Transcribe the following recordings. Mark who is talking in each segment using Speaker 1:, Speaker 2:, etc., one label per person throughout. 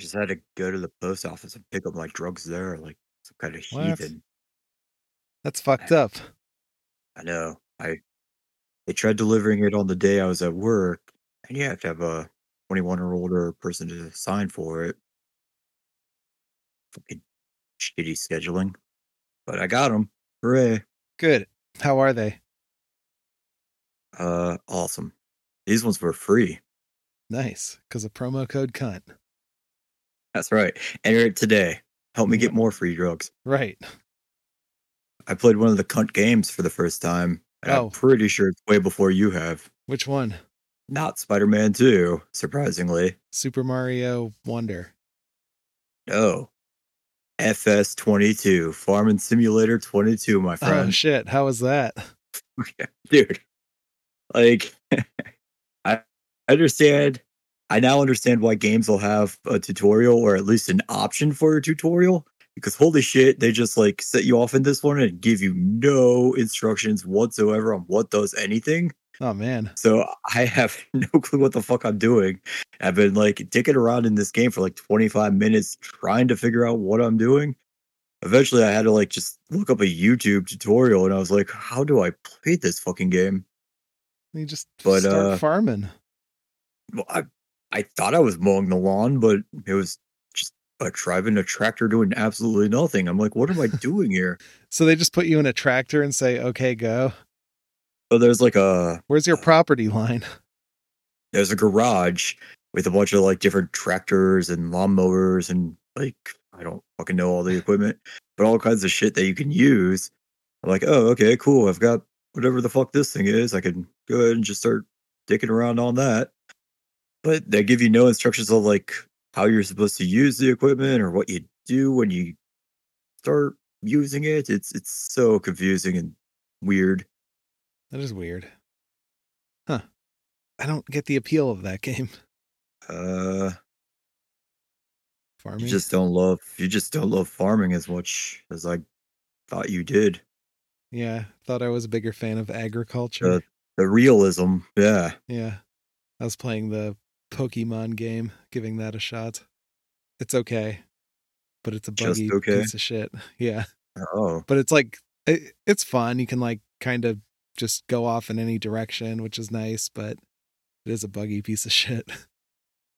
Speaker 1: just had to go to the post office and pick up my drugs there, like some kind of
Speaker 2: Well, that's
Speaker 1: heathen.
Speaker 2: that's
Speaker 1: I,
Speaker 2: fucked up.
Speaker 1: I know. I they tried delivering it on the day I was at work, and you have to have a 21 or older person to sign for it. Fucking shitty scheduling, but I got them. Hooray!
Speaker 2: Good. How are they?
Speaker 1: Uh, awesome. These ones were free.
Speaker 2: Nice. Because of promo code cunt.
Speaker 1: That's right. Enter it today. Help me
Speaker 2: Yeah.
Speaker 1: get more free drugs.
Speaker 2: Right.
Speaker 1: I played one of the cunt games for the first time, and I'm
Speaker 2: Oh,
Speaker 1: pretty sure it's way before you have.
Speaker 2: which one?
Speaker 1: Not Spider Man 2, surprisingly.
Speaker 2: Super Mario Wonder.
Speaker 1: No. FS 22, Farming Simulator 22, my
Speaker 2: Oh
Speaker 1: friend.
Speaker 2: shit. How was that?
Speaker 1: Dude, like, I understand. I now understand why games will have a tutorial or at least an option for a tutorial. Because holy shit, they just like set you off in this one and give you no instructions whatsoever on what does anything.
Speaker 2: Oh man.
Speaker 1: So I have no clue what the fuck I'm doing. I've been like dicking around in this game for like 25 minutes trying to figure out what I'm doing. Eventually, I had to like just look up a YouTube tutorial and I was like, how do I play this fucking game?
Speaker 2: You just
Speaker 1: But
Speaker 2: start
Speaker 1: uh,
Speaker 2: farming.
Speaker 1: well, I, I thought I was mowing the lawn, but it was just uh, driving a tractor doing absolutely nothing. I'm like, what am I doing here?
Speaker 2: So they just put you in a tractor and say, okay, go.
Speaker 1: So there's like a
Speaker 2: Where's your property line?
Speaker 1: there's a garage with a bunch of like different tractors and lawnmowers and like I don't fucking know all the equipment, but all kinds of shit that you can use. I'm like, oh, okay, cool. I've got whatever the fuck this thing is. I can go ahead and just start dicking around on that. But they give you no instructions on like how you're supposed to use the equipment or what you do when you start using it. It's it's so confusing and weird.
Speaker 2: That is weird. Huh. I don't get the appeal of that game.
Speaker 1: Uh you
Speaker 2: Farming.
Speaker 1: just don't love you just don't love farming as much as I thought you did.
Speaker 2: Yeah. Thought I was a bigger fan of
Speaker 1: The
Speaker 2: agriculture.
Speaker 1: the realism, yeah.
Speaker 2: Yeah. I was playing the Pokemon game, giving that a shot. It's okay, but it's a
Speaker 1: Just
Speaker 2: buggy
Speaker 1: okay.
Speaker 2: piece of shit. Yeah.
Speaker 1: Oh,
Speaker 2: But it's like, it, it's fun. You can like kind of just go off in any direction, which is nice, but it is a buggy piece of shit.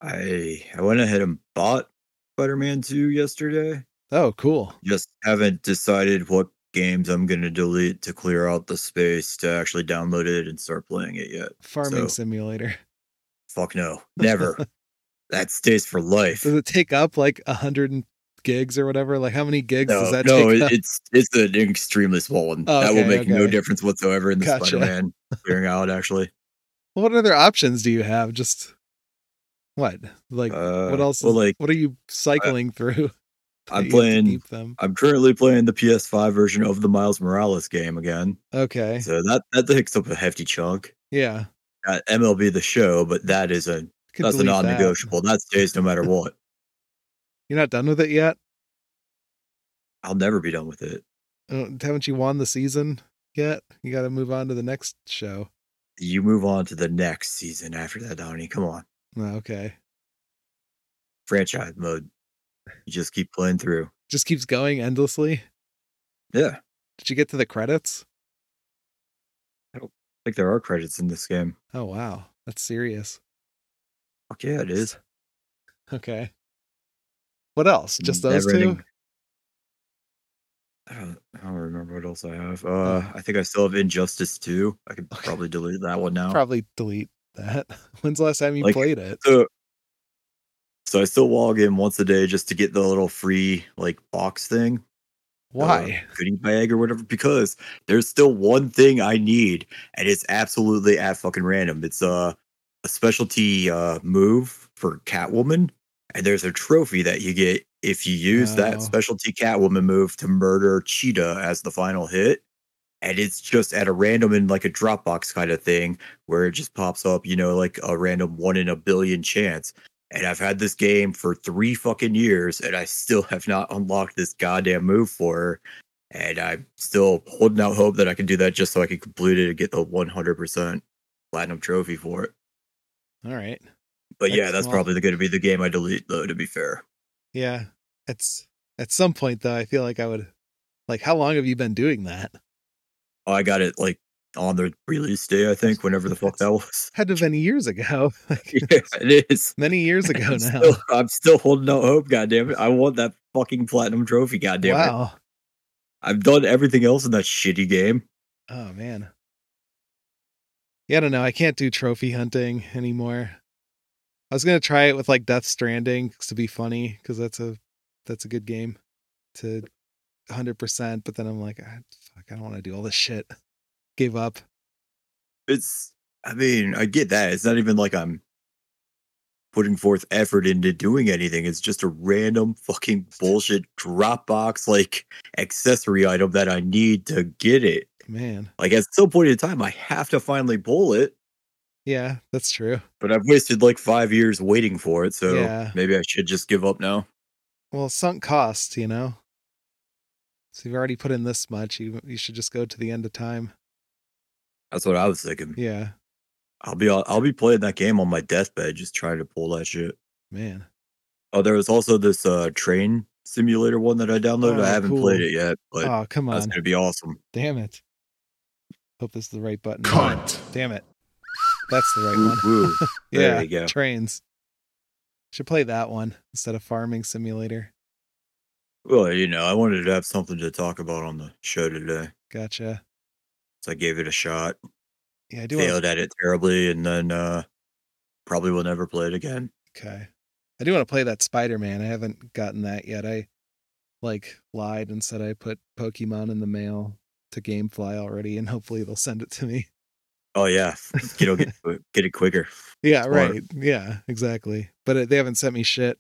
Speaker 1: I I went ahead and bought Spider-Man 2 yesterday.
Speaker 2: Oh, cool.
Speaker 1: Just haven't decided what games I'm gonna delete to clear out the space to actually download it and start playing it yet.
Speaker 2: Farming
Speaker 1: So
Speaker 2: simulator.
Speaker 1: fuck no. Never. That stays for
Speaker 2: Does
Speaker 1: life.
Speaker 2: it take up like a hundred gigs or whatever? Like how many gigs
Speaker 1: No,
Speaker 2: does that
Speaker 1: no,
Speaker 2: take
Speaker 1: it-
Speaker 2: up?
Speaker 1: it's it's an extremely small one.
Speaker 2: Oh,
Speaker 1: That will
Speaker 2: okay,
Speaker 1: make no
Speaker 2: okay.
Speaker 1: difference whatsoever in the
Speaker 2: Gotcha.
Speaker 1: Spider-Man clearing out actually.
Speaker 2: What other options do you have? Just what? Like what
Speaker 1: Uh
Speaker 2: else
Speaker 1: well
Speaker 2: is
Speaker 1: like
Speaker 2: what are you
Speaker 1: I,
Speaker 2: cycling through that
Speaker 1: I'm
Speaker 2: you have to
Speaker 1: playing
Speaker 2: beep them?
Speaker 1: I'm currently playing the PS5 version of the Miles Morales game again.
Speaker 2: Okay.
Speaker 1: So that that takes up a hefty chunk.
Speaker 2: Yeah.
Speaker 1: Got MLB the show, but that is a
Speaker 2: Could
Speaker 1: that's a
Speaker 2: delete that.
Speaker 1: non-negotiable. That stays no matter what.
Speaker 2: You're not done with it yet?
Speaker 1: I'll never be done with it.
Speaker 2: Uh, haven't you won the season yet? You gotta move on to the next show.
Speaker 1: You move on to the next season after that, Donnie. Come on.
Speaker 2: Oh, Okay.
Speaker 1: Franchise mode. You just keep playing through.
Speaker 2: Just keeps going endlessly.
Speaker 1: Yeah.
Speaker 2: Did you get to the credits?
Speaker 1: I don't think there are credits in this game.
Speaker 2: Oh wow. That's serious.
Speaker 1: Fuck yeah, it is.
Speaker 2: Okay. What else? Just those
Speaker 1: Never
Speaker 2: two?
Speaker 1: ending. I don't, I don't remember what else I have.
Speaker 2: Oh,
Speaker 1: Uh, I think I still have Injustice 2. I could
Speaker 2: okay.
Speaker 1: probably delete that one now.
Speaker 2: Probably delete that. When's the last time you
Speaker 1: Like, uh,
Speaker 2: played it?
Speaker 1: so So I still log in once a day just to get the little free like box thing, the
Speaker 2: Why?
Speaker 1: goodie bag or whatever, because there's still one thing I need, and it's absolutely at fucking random. It's uh, a specialty uh move for Catwoman, and there's a trophy that you get if you use that
Speaker 2: Oh,
Speaker 1: specialty Catwoman move to murder Cheetah as the final hit. And it's just at a random and like a Dropbox kind of thing where it just pops up, you know, like a random one in a billion chance. And I've had this game for three fucking years and I still have not unlocked this goddamn move for her. And I'm still holding out hope that I can do that just so I can complete it and get the 100% platinum trophy for it.
Speaker 2: all right.
Speaker 1: But yeah,
Speaker 2: That's
Speaker 1: that's
Speaker 2: well,
Speaker 1: probably going to be the game I delete, though, to be fair.
Speaker 2: Yeah. It's at some point though, I feel like I would like how long have you been doing that?
Speaker 1: I got it like on the release day, I think, whenever the fuck that was.
Speaker 2: Had to have been years ago. Like
Speaker 1: yeah, it is.
Speaker 2: many years ago now.
Speaker 1: I'm still, I'm still holding out hope, goddamn it. I want that fucking platinum trophy, goddamn it.
Speaker 2: wow.
Speaker 1: I've done everything else in that shitty game.
Speaker 2: Oh man. Yeah, I don't know. I can't do trophy hunting anymore. I was gonna try it with like Death Stranding 'cause to be funny because that's a that's a good game to 100. percent But then I'm like, ah, fuck, I don't want to do all this shit. Gave up.
Speaker 1: It's I mean, I get that. It's not even like I'm putting forth effort into doing anything. It's just a random fucking bullshit Dropbox like accessory item that I need to get it.
Speaker 2: Man,
Speaker 1: Like at some point in time I have to finally pull it,
Speaker 2: yeah, that's true.
Speaker 1: but I've wasted like five years waiting for it, so
Speaker 2: Yeah.
Speaker 1: maybe I should just give up now.
Speaker 2: Well, sunk cost, you know. So you've already put in this much. You you should just go to the end of time.
Speaker 1: That's what I was thinking.
Speaker 2: Yeah,
Speaker 1: I'll be I'll be playing that game on my deathbed, just trying to pull that shit.
Speaker 2: man.
Speaker 1: Oh, there was also this uh train simulator one that I downloaded.
Speaker 2: Oh,
Speaker 1: I haven't played
Speaker 2: cool.
Speaker 1: it yet, but
Speaker 2: oh come
Speaker 1: that's
Speaker 2: on,
Speaker 1: gonna be awesome.
Speaker 2: damn it. Hope this is the right button.
Speaker 3: Cunt.
Speaker 2: Damn it. That's the right
Speaker 1: Woo,
Speaker 2: one.
Speaker 1: woo.
Speaker 2: Yeah.
Speaker 1: There you go.
Speaker 2: Trains. Should play that one instead of Farming Simulator.
Speaker 1: Well, you know, I wanted to have something to talk about on the show today.
Speaker 2: Gotcha.
Speaker 1: So I gave it a shot,
Speaker 2: Yeah, I do. Wanna,
Speaker 1: failed at it terribly, and then uh probably will never play it again.
Speaker 2: okay. I do want to play that Spider Man. I haven't gotten that yet. I like lied and said I put Pokemon in the mail to GameFly already, and hopefully they'll send it to me.
Speaker 1: Oh yeah. You know, get, get it quicker.
Speaker 2: Yeah,
Speaker 1: Smart.
Speaker 2: right. Yeah, exactly. But it, they haven't sent me shit.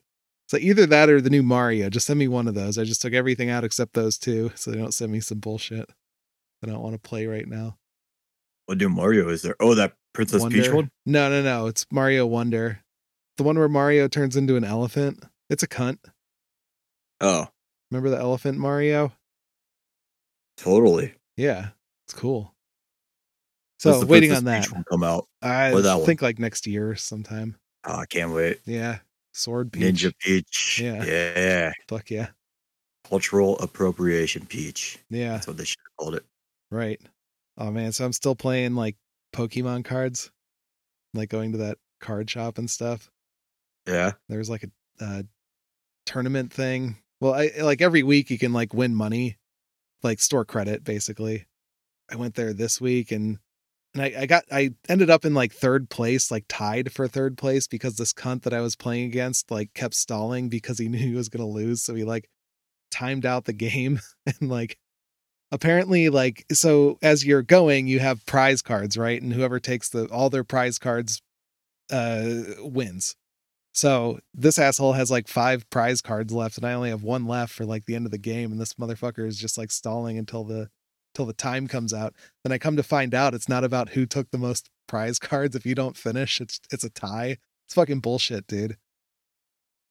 Speaker 2: So either that or the new Mario. Just send me one of those. I just took everything out except those two, so they don't send me some bullshit that I don't want to play right now.
Speaker 1: What new Mario is there? Oh, that Princess Peach
Speaker 2: Wonder-
Speaker 1: one?
Speaker 2: No, no, no. It's Mario Wonder. The one where Mario turns into an elephant. It's a cunt.
Speaker 1: Oh,
Speaker 2: Remember the elephant Mario?
Speaker 1: totally.
Speaker 2: Yeah. It's cool.
Speaker 1: When's
Speaker 2: So
Speaker 1: the
Speaker 2: waiting
Speaker 1: Princess
Speaker 2: on that.
Speaker 1: Peach one come out.
Speaker 2: I
Speaker 1: Or that one?
Speaker 2: think like next year sometime.
Speaker 1: Oh, I can't wait.
Speaker 2: Yeah. Sword Peach.
Speaker 1: Ninja Peach.
Speaker 2: Yeah.
Speaker 1: yeah.
Speaker 2: Fuck yeah.
Speaker 1: Cultural appropriation peach.
Speaker 2: Yeah.
Speaker 1: That's what they should have called it.
Speaker 2: Right. Oh man. So I'm still playing like Pokemon cards. Like going to that card shop and stuff.
Speaker 1: Yeah.
Speaker 2: there was like a uh, tournament thing. Well, I like every week you can like win money, like store credit basically. I went there this week and and I, I got I ended up in like third place, like tied for third place because this cunt that I was playing against like kept stalling because he knew he was gonna lose, so he like timed out the game and like apparently like so as you're going you have prize cards right and whoever takes the all their prize cards uh wins so this asshole has like five prize cards left, and I only have one left for like the end of the game. And this motherfucker is just like stalling until the till the time comes out. Then I come to find out it's not about who took the most prize cards. If you don't finish, it's it's a tie. It's fucking bullshit, dude.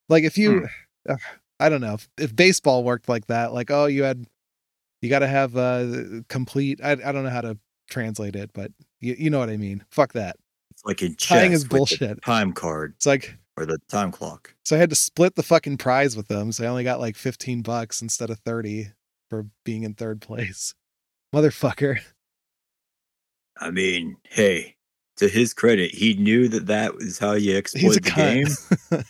Speaker 2: Like if
Speaker 1: Hmm.
Speaker 2: you, Ugh, I don't know if, if baseball worked like that. Like oh, you had you got to have uh complete. I I don't know how to translate it, but you you know what I mean. Fuck that.
Speaker 1: It's like in chess
Speaker 2: Tying is
Speaker 1: with the
Speaker 2: bullshit.
Speaker 1: Time card
Speaker 2: It's like
Speaker 1: or the time clock.
Speaker 2: so I had to split the fucking prize with them. So I only got like 15 bucks instead of 30 for being in third place. Motherfucker.
Speaker 1: I mean, hey, to his credit, he knew that that was how you
Speaker 2: He's
Speaker 1: exploit
Speaker 2: a
Speaker 1: the game.
Speaker 2: cunt.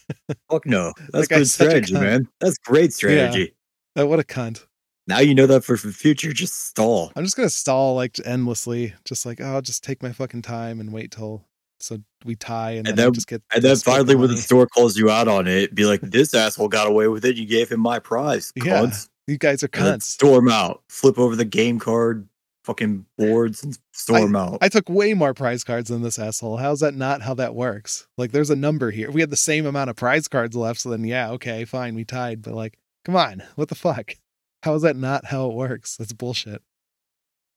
Speaker 1: Fuck no, that's
Speaker 2: guy's
Speaker 1: good
Speaker 2: such a
Speaker 1: strategy,
Speaker 2: cunt.
Speaker 1: man. That's great strategy.
Speaker 2: oh, what a cunt.
Speaker 1: Now you know that for the future. Just stall.
Speaker 2: I'm just going to stall like endlessly. Just like, oh, just take my fucking time and wait till so we tie and,
Speaker 1: And
Speaker 2: then, I
Speaker 1: then-
Speaker 2: just get.
Speaker 1: And then
Speaker 2: split the
Speaker 1: finally, when the
Speaker 2: money.
Speaker 1: store calls you out on it, be like, "This asshole got away with it. You gave him my prize."
Speaker 2: Yeah,
Speaker 1: cunts."
Speaker 2: you guys are
Speaker 1: And then
Speaker 2: cunts.
Speaker 1: storm out. Flip over the game card, fucking boards, and storm out.
Speaker 2: I took way more prize cards than this asshole. How's that not how that works? Like, there's a number here. We had the same amount of prize cards left, so then yeah, okay, fine, we tied. But like, come on, what the fuck? How is that not how it works? That's bullshit.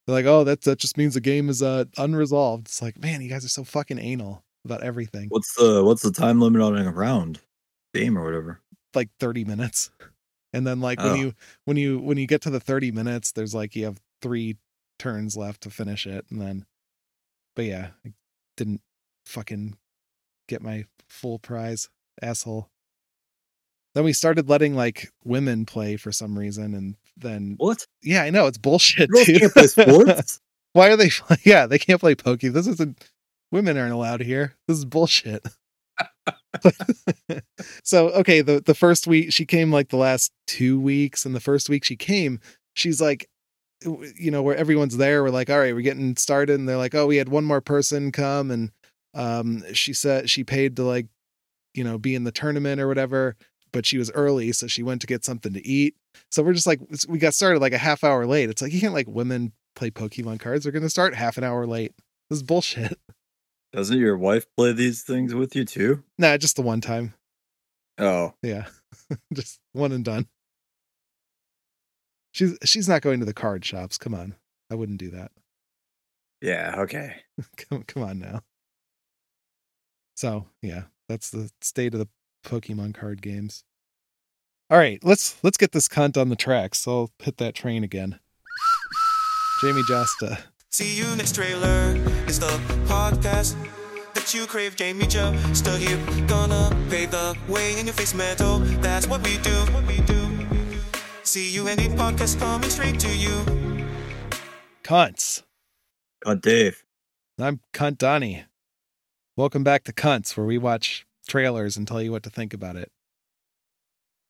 Speaker 2: They're like, oh, that that just means the game is uh unresolved. It's like, man, you guys are so fucking anal about everything.
Speaker 1: What's the what's the time limit on a round game or whatever?
Speaker 2: Like 30 minutes, and then like when
Speaker 1: Oh.
Speaker 2: you when you when you get to the 30 minutes, there's like you have three turns left to finish it, and then, but yeah, I didn't fucking get my full prize, asshole. Then we started letting like women play for some reason, and then
Speaker 1: What?
Speaker 2: yeah, I know it's bullshit.
Speaker 1: Girls
Speaker 2: dude.
Speaker 1: can't play sports?
Speaker 2: Why are they? Yeah, they can't play pokey. This isn't. Women aren't allowed here. This is bullshit. so okay, the the first week she came like the last two weeks, and the first week she came, she's like, w- you know, where everyone's there, we're like, all right, we're getting started, and they're like, oh, we had one more person come, and um, she said she paid to like, you know, be in the tournament or whatever, but she was early, so she went to get something to eat. So we're just like, we got started like a half hour late. It's like you can't like women play Pokemon cards. They're going to start half an hour late. This is bullshit.
Speaker 1: Doesn't your wife play these things with you too?
Speaker 2: Nah, just the one time.
Speaker 1: Oh,
Speaker 2: Yeah, just one and done. She's she's not going to the card shops. Come on, I wouldn't do that.
Speaker 1: yeah. Okay.
Speaker 2: Come come on now. So yeah, that's the state of the Pokemon card games. All right, let's let's get this cunt on the tracks. I'll hit that train again. Jamie Josta.
Speaker 3: See you next trailer. It's the podcast that you crave, Jamie Josta here. Gonna pave the way in your face metal. That's what we do. What we do. See you any podcast coming straight to you.
Speaker 2: Cunts.
Speaker 1: God, Uh, Dave.
Speaker 2: I'm Cunt Donnie. Welcome back to Cunts, where we watch trailers and tell you what to think about it.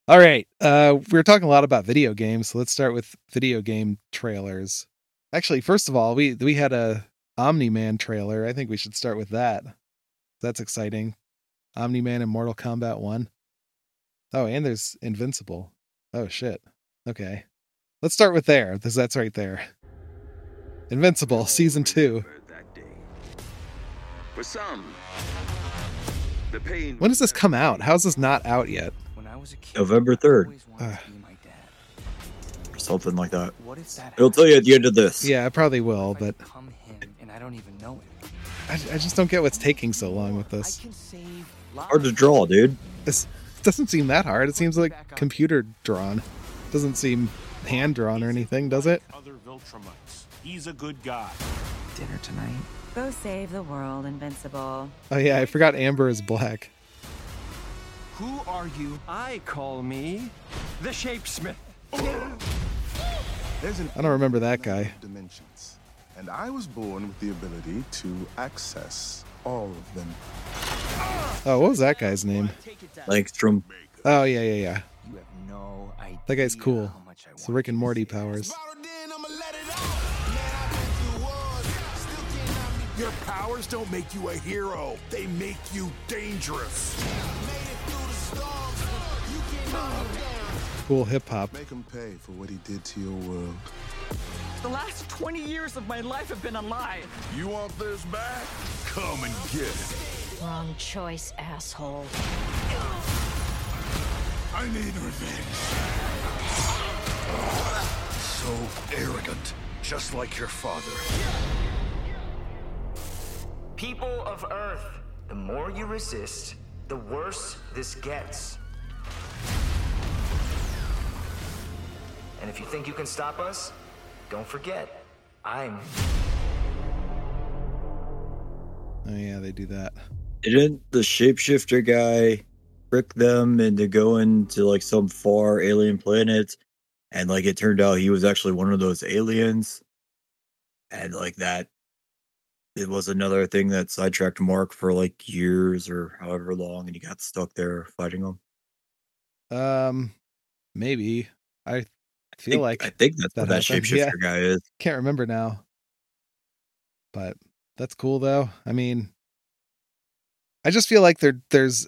Speaker 2: All right, uh, we were talking a lot about video games, so let's start with video game trailers. Actually, first of all, we we had a Omni Man trailer. I think we should start with that. That's exciting. Omni Man and Mortal Kombat One. Oh, and there's Invincible. Oh shit. Okay, let's start with there. Because that's right there. Invincible season two.
Speaker 4: That day. For some, the pain.
Speaker 2: When does this come out? How's this not out yet?
Speaker 5: When I was a kid,
Speaker 1: November
Speaker 5: I
Speaker 1: 3rd.
Speaker 5: always wanted
Speaker 2: Ugh.
Speaker 5: to be my dad.
Speaker 1: Or something like that.
Speaker 5: What if that
Speaker 1: It'll tell you at the
Speaker 5: happens?
Speaker 1: end of this.
Speaker 2: Yeah, I probably will,
Speaker 5: If I
Speaker 2: but
Speaker 5: become him and I don't even know it.
Speaker 2: I, I just don't get what's taking so long with this.
Speaker 5: I can save
Speaker 1: Hard to
Speaker 5: lives.
Speaker 1: draw, dude.
Speaker 2: This doesn't seem that hard. It seems like computer drawn. Doesn't seem hand drawn or anything, does it?
Speaker 6: Other Viltrumites. He's a good guy.
Speaker 5: dinner tonight.
Speaker 7: Go save the world, Invincible.
Speaker 2: Oh yeah, I forgot Amber is black.
Speaker 8: Who are you? I call me the Shapesmith.
Speaker 9: There's an
Speaker 2: I don't remember that guy.
Speaker 9: dimensions, and I was born with the ability to access all of them.
Speaker 2: Oh, what was that guy's name?
Speaker 1: Langstrom.
Speaker 2: Oh yeah, yeah, yeah.
Speaker 5: You have no idea.
Speaker 2: That guy's cool.
Speaker 5: How much I
Speaker 2: It's
Speaker 5: want
Speaker 2: the Rick and
Speaker 5: you to
Speaker 2: Morty
Speaker 5: save.
Speaker 2: powers.
Speaker 6: Your powers don't make you a hero. They make you dangerous.
Speaker 2: Cool hip hop.
Speaker 9: Make him pay for what he did to your world.
Speaker 8: The last 20 years of my life have been a lie.
Speaker 6: You want this back? Come and get it.
Speaker 7: Wrong choice, asshole.
Speaker 6: I need revenge. So arrogant, just like your father.
Speaker 10: People of Earth, the more you resist, the worse this gets. And if you think you can stop us, don't forget, I'm
Speaker 2: Oh yeah, they do that.
Speaker 1: Didn't the shapeshifter guy trick them into going to like some far alien planet? And like it turned out he was actually one of those aliens. And like that, it was another thing that sidetracked Mark for like years or however long, and he got stuck there fighting them.
Speaker 2: Um, maybe I
Speaker 1: I
Speaker 2: feel
Speaker 1: think,
Speaker 2: like
Speaker 1: I think that's
Speaker 2: that
Speaker 1: what that
Speaker 2: happened,
Speaker 1: shapeshifter
Speaker 2: yeah.
Speaker 1: guy is.
Speaker 2: Can't remember now. But that's cool though. I mean I just feel like there there's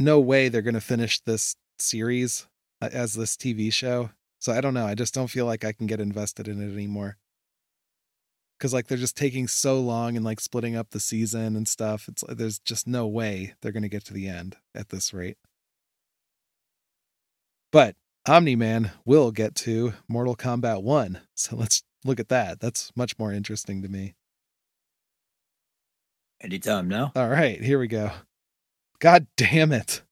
Speaker 2: no way they're going to finish this series a- as this TV show. So I don't know. I just don't feel like I can get invested in it anymore. Cuz like they're just taking so long and like splitting up the season and stuff. It's uh, there's just no way they're going to get to the end at this rate. But Omni Man will get to Mortal Kombat 1. So let's look at that. That's much more interesting to me.
Speaker 1: Anytime now.
Speaker 2: All right, here we go. God damn it.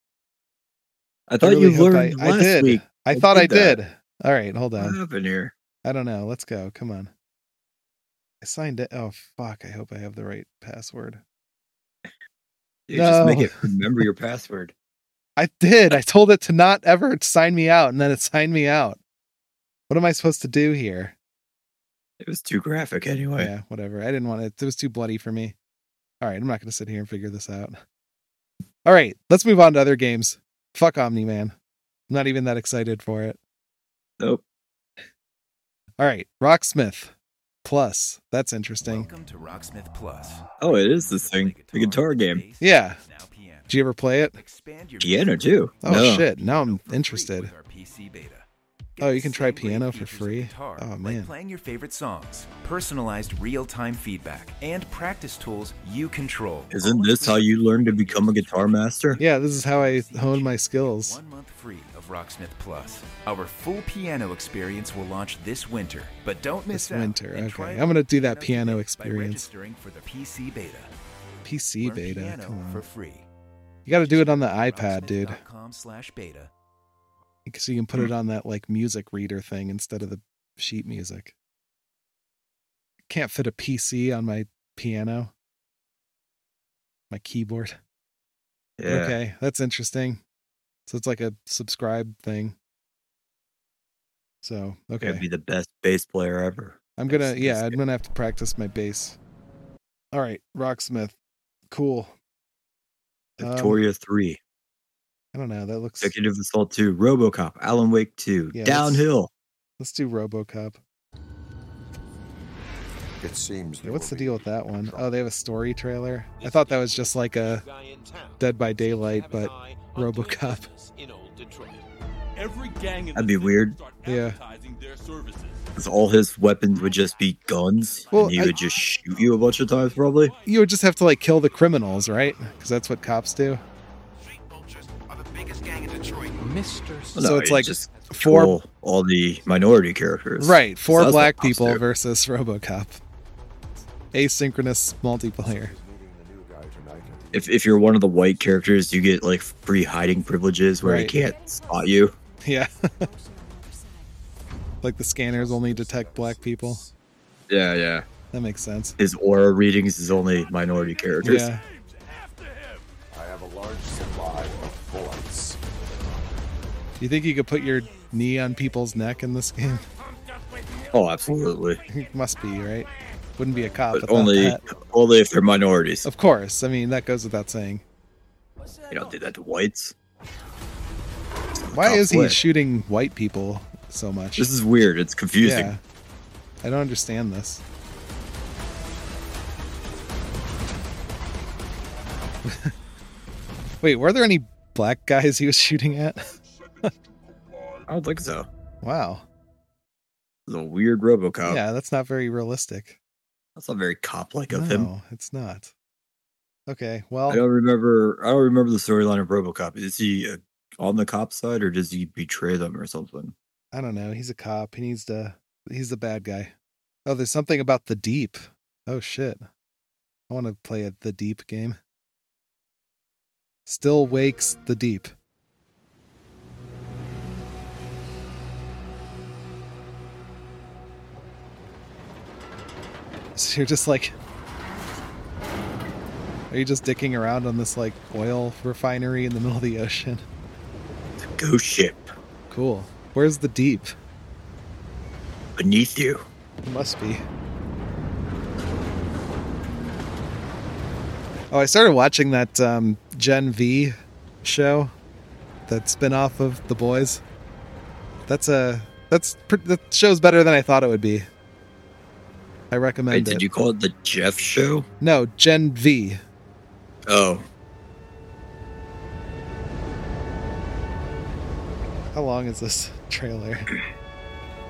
Speaker 1: I thought
Speaker 2: really
Speaker 1: you
Speaker 2: hope
Speaker 1: learned
Speaker 2: I,
Speaker 1: last
Speaker 2: I did.
Speaker 1: week.
Speaker 2: I
Speaker 1: I
Speaker 2: thought
Speaker 1: did
Speaker 2: I
Speaker 1: that.
Speaker 2: did. All right, hold
Speaker 1: What
Speaker 2: on.
Speaker 1: happened here?
Speaker 2: I don't know. Let's go. Come on. I signed it. Oh, fuck. I hope I have the right password.
Speaker 1: Dude, Just make
Speaker 2: No.
Speaker 1: it remember your password.
Speaker 2: I did. I told it to not ever sign me out, and then it signed me out. What am I supposed to do here?
Speaker 1: It was too graphic anyway.
Speaker 2: Yeah, whatever. I didn't want it. It was too bloody for me. All right, I'm not going to sit here and figure this out. All right, let's move on to other games. Fuck Omni Man. I'm not even that excited for it.
Speaker 1: Nope.
Speaker 2: All right, Rocksmith Plus. That's interesting.
Speaker 11: Welcome to Rocksmith Plus.
Speaker 1: Oh, it is this thing. The guitar game.
Speaker 2: Yeah. Did you ever play it?
Speaker 1: Piano too.
Speaker 2: Oh
Speaker 1: No.
Speaker 2: shit! Now I'm interested.
Speaker 11: Our PC beta.
Speaker 2: Oh, you can try piano for free. Oh
Speaker 11: Like
Speaker 2: man.
Speaker 11: playing your favorite songs, personalized real-time feedback, and practice tools you control.
Speaker 1: Isn't this how you learn to become a guitar master?
Speaker 2: Yeah, this is how I hone my skills.
Speaker 11: One month free of Rocksmith Plus. Our full piano experience will launch this winter, but don't miss
Speaker 2: This
Speaker 11: out
Speaker 2: winter.
Speaker 11: and try
Speaker 2: Okay, I'm gonna do that
Speaker 11: piano
Speaker 2: piano
Speaker 11: by
Speaker 2: experience.
Speaker 11: registering for the PC beta.
Speaker 2: PC
Speaker 11: Learn
Speaker 2: beta.
Speaker 11: piano
Speaker 2: Come
Speaker 11: for
Speaker 2: on.
Speaker 11: free.
Speaker 2: You got to do it on the iPad, dude.
Speaker 11: Rocksmith.com slash beta.
Speaker 2: So you can
Speaker 1: Hmm.
Speaker 2: put it on that like music reader thing instead of the sheet music. Can't fit a PC on my piano. My keyboard.
Speaker 1: Yeah.
Speaker 2: Okay, that's interesting. So it's like a subscribe thing. So okay.
Speaker 1: I'd be the best bass player ever.
Speaker 2: I'm
Speaker 1: That's-
Speaker 2: gonna yeah,
Speaker 1: that's-
Speaker 2: I'm gonna have to practice my bass. All right, Rocksmith. Cool. Um,
Speaker 1: Victoria three,
Speaker 2: I don't know. That looks.
Speaker 1: Executive Assault two, RoboCop, Alan Wake two,
Speaker 2: Yeah, let's-
Speaker 1: Downhill.
Speaker 2: Let's do RoboCop.
Speaker 12: It seems
Speaker 2: Yeah, what's the deal with that one? Oh, they have a story trailer. I thought that was just like a Dead by Daylight, but RoboCop.
Speaker 13: Every gang in
Speaker 1: That'd be weird.
Speaker 2: Yeah.
Speaker 1: Because all his weapons would just be guns,
Speaker 2: Well,
Speaker 1: and he
Speaker 2: I-
Speaker 1: would just shoot you a bunch of times, probably.
Speaker 2: You would just have to like kill the criminals, right? Because that's what cops do.
Speaker 5: Mr.
Speaker 2: So
Speaker 1: No,
Speaker 2: it's
Speaker 1: you
Speaker 2: like
Speaker 1: just
Speaker 2: four-
Speaker 1: control all the minority characters.
Speaker 2: Right, four
Speaker 1: So that's what
Speaker 2: black
Speaker 1: cops
Speaker 2: people
Speaker 1: do.
Speaker 2: versus RoboCop. Asynchronous multiplayer.
Speaker 1: If if you're one of the white characters, you get like free hiding privileges where
Speaker 2: Right.
Speaker 1: they can't spot you.
Speaker 2: Yeah. like the scanners only detect black people.
Speaker 1: Yeah, yeah.
Speaker 2: That makes sense.
Speaker 1: His aura readings is only minority characters.
Speaker 2: Yeah.
Speaker 12: I have a large supply of bullets.
Speaker 2: Do you think you could put your knee on people's neck in this game?
Speaker 1: Oh, absolutely.
Speaker 2: Must be, right? Wouldn't be a cop.
Speaker 1: But
Speaker 2: without
Speaker 1: only
Speaker 2: that.
Speaker 1: only if they're minorities.
Speaker 2: Of course. I mean, that goes without saying.
Speaker 1: You don't do that to whites.
Speaker 2: Why
Speaker 1: Cop
Speaker 2: is he
Speaker 1: would.
Speaker 2: shooting white people so much?
Speaker 1: This is weird. It's confusing.
Speaker 2: Yeah. I don't understand this. Wait, were there any black guys he was shooting at?
Speaker 1: I don't think so.
Speaker 2: wow.
Speaker 1: It's a weird RoboCop.
Speaker 2: Yeah, that's not very realistic.
Speaker 1: That's not very cop-like of
Speaker 2: no,
Speaker 1: him.
Speaker 2: it's not. Okay,
Speaker 1: I
Speaker 2: well,
Speaker 1: don't remember. I don't remember the storyline of RoboCop. Is he uh, on the cop side or does he betray them or something?
Speaker 2: I don't know. He's a cop. He needs to. He's the bad guy. Oh, there's something about the deep. Oh shit. I want to play a the deep game. Still wakes the deep. So you're just like. Are you just dicking around on this like oil refinery in the middle of the ocean?
Speaker 1: Ghost ship
Speaker 2: Cool. Where's the deep?
Speaker 1: beneath you.
Speaker 2: Must be. Oh, I started watching that um, Gen V show, that spin-off of The Boys. That's a that's pr- that show's better than I thought it would be. I recommend
Speaker 1: Wait,
Speaker 2: it.
Speaker 1: did you call it the Jeff Show?
Speaker 2: No, Gen V.
Speaker 1: Oh,
Speaker 2: How long is this trailer?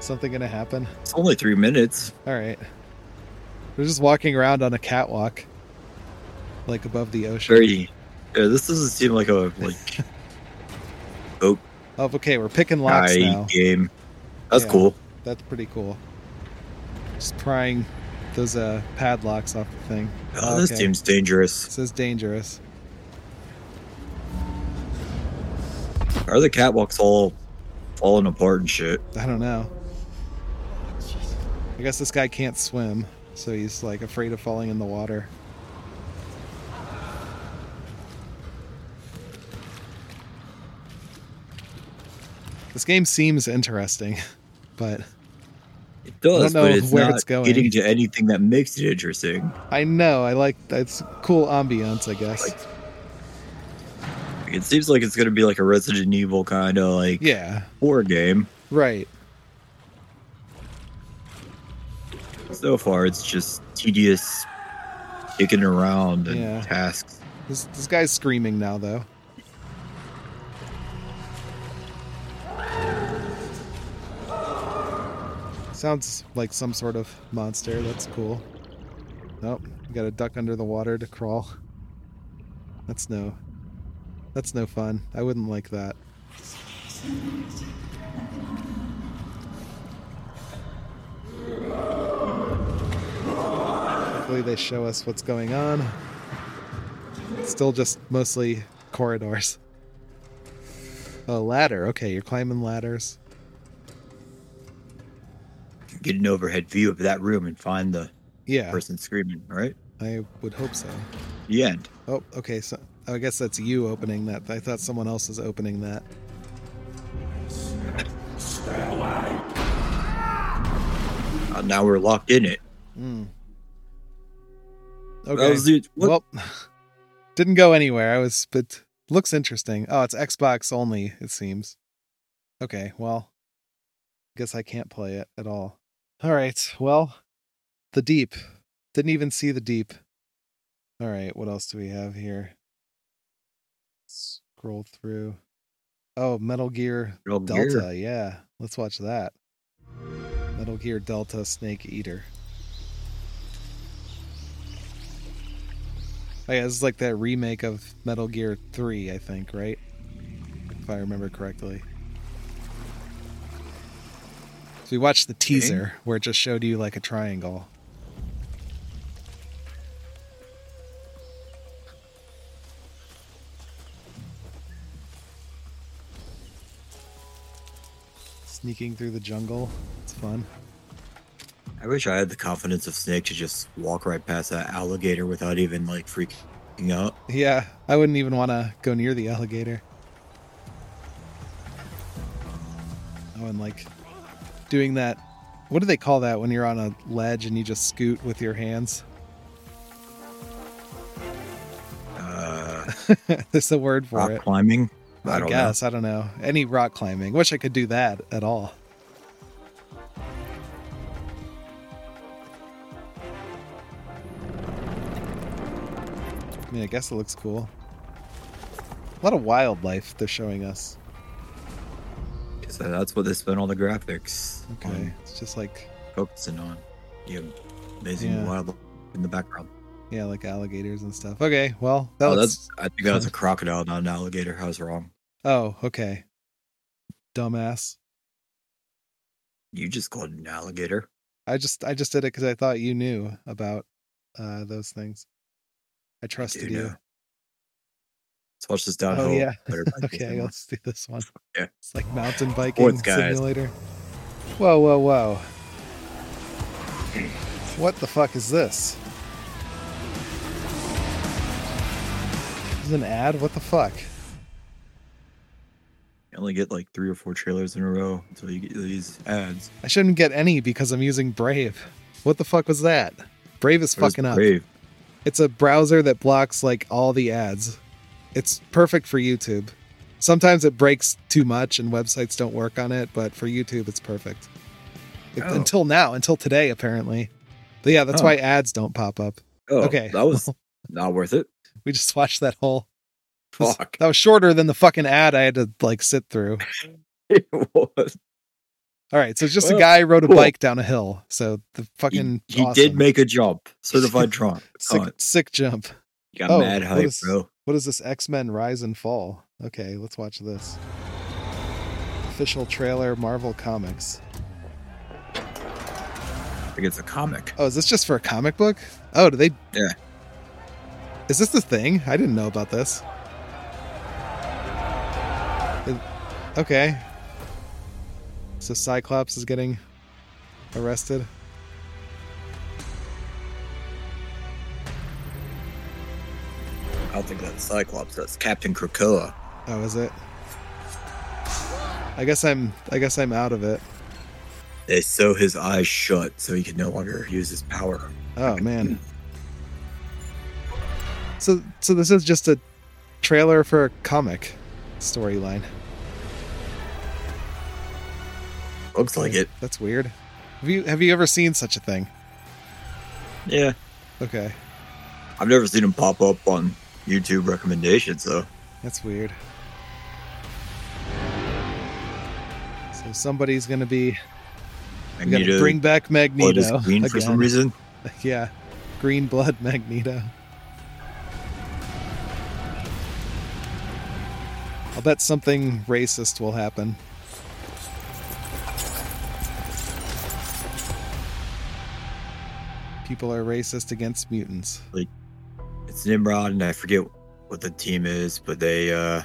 Speaker 2: Something gonna happen?
Speaker 1: it's only three minutes.
Speaker 2: All right. We're just walking around on a catwalk, like above the ocean.
Speaker 1: Very. Yeah, this doesn't seem like a like boat
Speaker 2: Oh, okay, we're picking locks
Speaker 1: guy
Speaker 2: now.
Speaker 1: game. That's
Speaker 2: Yeah,
Speaker 1: cool.
Speaker 2: That's pretty cool. Just prying those uh, padlocks off the thing.
Speaker 1: Oh, This
Speaker 2: Okay.
Speaker 1: seems dangerous.
Speaker 2: This is dangerous.
Speaker 1: Are the catwalks all falling apart and shit?
Speaker 2: I don't know. I guess this guy can't swim, so he's like afraid of falling in the water. This game seems interesting, but
Speaker 1: It does,
Speaker 2: I don't know
Speaker 1: but it's
Speaker 2: where
Speaker 1: not
Speaker 2: it's going.
Speaker 1: getting to anything that makes it interesting.
Speaker 2: I know. I like that's cool ambiance, I guess.
Speaker 1: It seems like it's going to be like a Resident Evil kind of like
Speaker 2: Yeah.
Speaker 1: horror game.
Speaker 2: Right.
Speaker 1: So far, it's just tedious kicking around and
Speaker 2: Yeah.
Speaker 1: tasks.
Speaker 2: This this guy's screaming now though. Sounds like some sort of monster. That's cool. Nope. You gotta duck under the water to crawl. That's no that's no fun. I wouldn't like that. Hopefully they show us what's going on. Still just mostly corridors. Oh, ladder. Okay, you're climbing ladders.
Speaker 1: Get an overhead view of that room and find the
Speaker 2: Yeah.
Speaker 1: person screaming, right?
Speaker 2: I would hope so.
Speaker 1: The end.
Speaker 2: Oh, okay. So I guess that's you opening that. I thought someone else was opening that.
Speaker 1: Uh, now we're locked in it.
Speaker 2: Mm.
Speaker 1: That
Speaker 2: Okay.
Speaker 1: was the-
Speaker 2: well, didn't go anywhere. I was, but looks interesting. Oh, it's Xbox only, it seems. Okay. Well, guess I can't play it at all. All right. Well, the deep. Didn't even see the deep. All right. What else do we have here? Scroll through. Oh, Metal Gear
Speaker 1: Metal Gear.
Speaker 2: Delta. Yeah. Let's watch that. Metal Gear Delta Snake Eater. Oh, yeah, this is like that remake of Metal Gear 3, I think, right? If I remember correctly. So we watched the teaser where it just showed you like a triangle. Sneaking through the jungle. It's fun.
Speaker 1: I wish I had the confidence of Snake to just walk right past that alligator without even like freaking out.
Speaker 2: Yeah, I wouldn't even want to go near the alligator. Oh, and like doing that. What do they call that when you're on a ledge and you just scoot with your hands?
Speaker 1: Uh,
Speaker 2: There's a word for
Speaker 1: rock
Speaker 2: it.
Speaker 1: climbing. I
Speaker 2: I,
Speaker 1: don't
Speaker 2: guess. I don't know. Any rock climbing. Wish I could do that at all. I mean, I guess it looks cool. A lot of wildlife they're showing us.
Speaker 1: know. So that's what they spent all the graphics
Speaker 2: Okay.
Speaker 1: on
Speaker 2: It's just like,
Speaker 1: focusing on. You have amazing
Speaker 2: Yeah.
Speaker 1: wildlife in the background.
Speaker 2: yeah, like alligators and stuff. Okay, well, that
Speaker 1: oh,
Speaker 2: looks.
Speaker 1: that's I think that was a crocodile, not an alligator. I was wrong.
Speaker 2: Oh, okay. Dumbass.
Speaker 1: You just called it an alligator.
Speaker 2: I just I just did it because I thought you knew about uh those things. I trusted you.
Speaker 1: know. Let's watch this downhill.
Speaker 2: Oh yeah.
Speaker 1: better bike
Speaker 2: okay,
Speaker 1: thing.
Speaker 2: let's do this one.
Speaker 1: Yeah.
Speaker 2: It's like mountain biking
Speaker 1: guys.
Speaker 2: simulator. Whoa, whoa, whoa. What the fuck is this? This is an ad? What the fuck?
Speaker 1: You only get like three or four trailers in a row until you get these ads.
Speaker 2: I shouldn't get any because I'm using Brave. What the fuck was that? Brave is
Speaker 1: What is
Speaker 2: fucking up.
Speaker 1: Brave?
Speaker 2: It's a browser that blocks like all the ads. It's perfect for YouTube. Sometimes it breaks too much and websites don't work on it, but for YouTube it's perfect. It-
Speaker 1: Oh.
Speaker 2: Until now, until today apparently. But yeah, that's
Speaker 1: Huh.
Speaker 2: why ads don't pop up.
Speaker 1: Oh,
Speaker 2: okay.
Speaker 1: That was not worth it.
Speaker 2: We just watched that whole this-
Speaker 1: Fuck.
Speaker 2: That was shorter than the fucking ad I had to like sit through.
Speaker 1: It was.
Speaker 2: All right, so it's just a
Speaker 1: Well,
Speaker 2: guy rode a
Speaker 1: cool.
Speaker 2: bike down a hill. So the fucking
Speaker 1: He
Speaker 2: awesome.
Speaker 1: did make a jump. Certified Trump.
Speaker 2: sick,
Speaker 1: Cunt.
Speaker 2: sick jump.
Speaker 1: You got mad
Speaker 2: Oh, what
Speaker 1: hype,
Speaker 2: is-
Speaker 1: bro.
Speaker 2: What is this? X Men Rise and Fall. Okay, let's watch this. Official trailer, Marvel Comics.
Speaker 1: I think it's a comic.
Speaker 2: Oh, is this just for a comic book? Oh, do they?
Speaker 1: Yeah.
Speaker 2: Is this the thing? I didn't know about this. It- okay. So Cyclops is getting arrested.
Speaker 1: I don't think that's Cyclops. That's Captain Krakoa.
Speaker 2: Oh, is it? I guess I'm I guess I'm out of it.
Speaker 1: They sew his eyes shut so he can no longer use his power.
Speaker 2: Oh man. So so this is just a trailer for a comic storyline.
Speaker 1: Looks like it.
Speaker 2: That's weird. Have you have you ever seen such a thing?
Speaker 1: Yeah.
Speaker 2: Okay.
Speaker 1: I've never seen him pop up on YouTube recommendations though.
Speaker 2: That's weird. So somebody's gonna be we gotta
Speaker 1: Magneto
Speaker 2: bring back Magneto
Speaker 1: blood is green for some
Speaker 2: again.
Speaker 1: reason.
Speaker 2: Yeah, green blood Magneto. I'll bet something racist will happen. People are racist against mutants.
Speaker 1: Like it's Nimrod and I forget what the team is, but they uh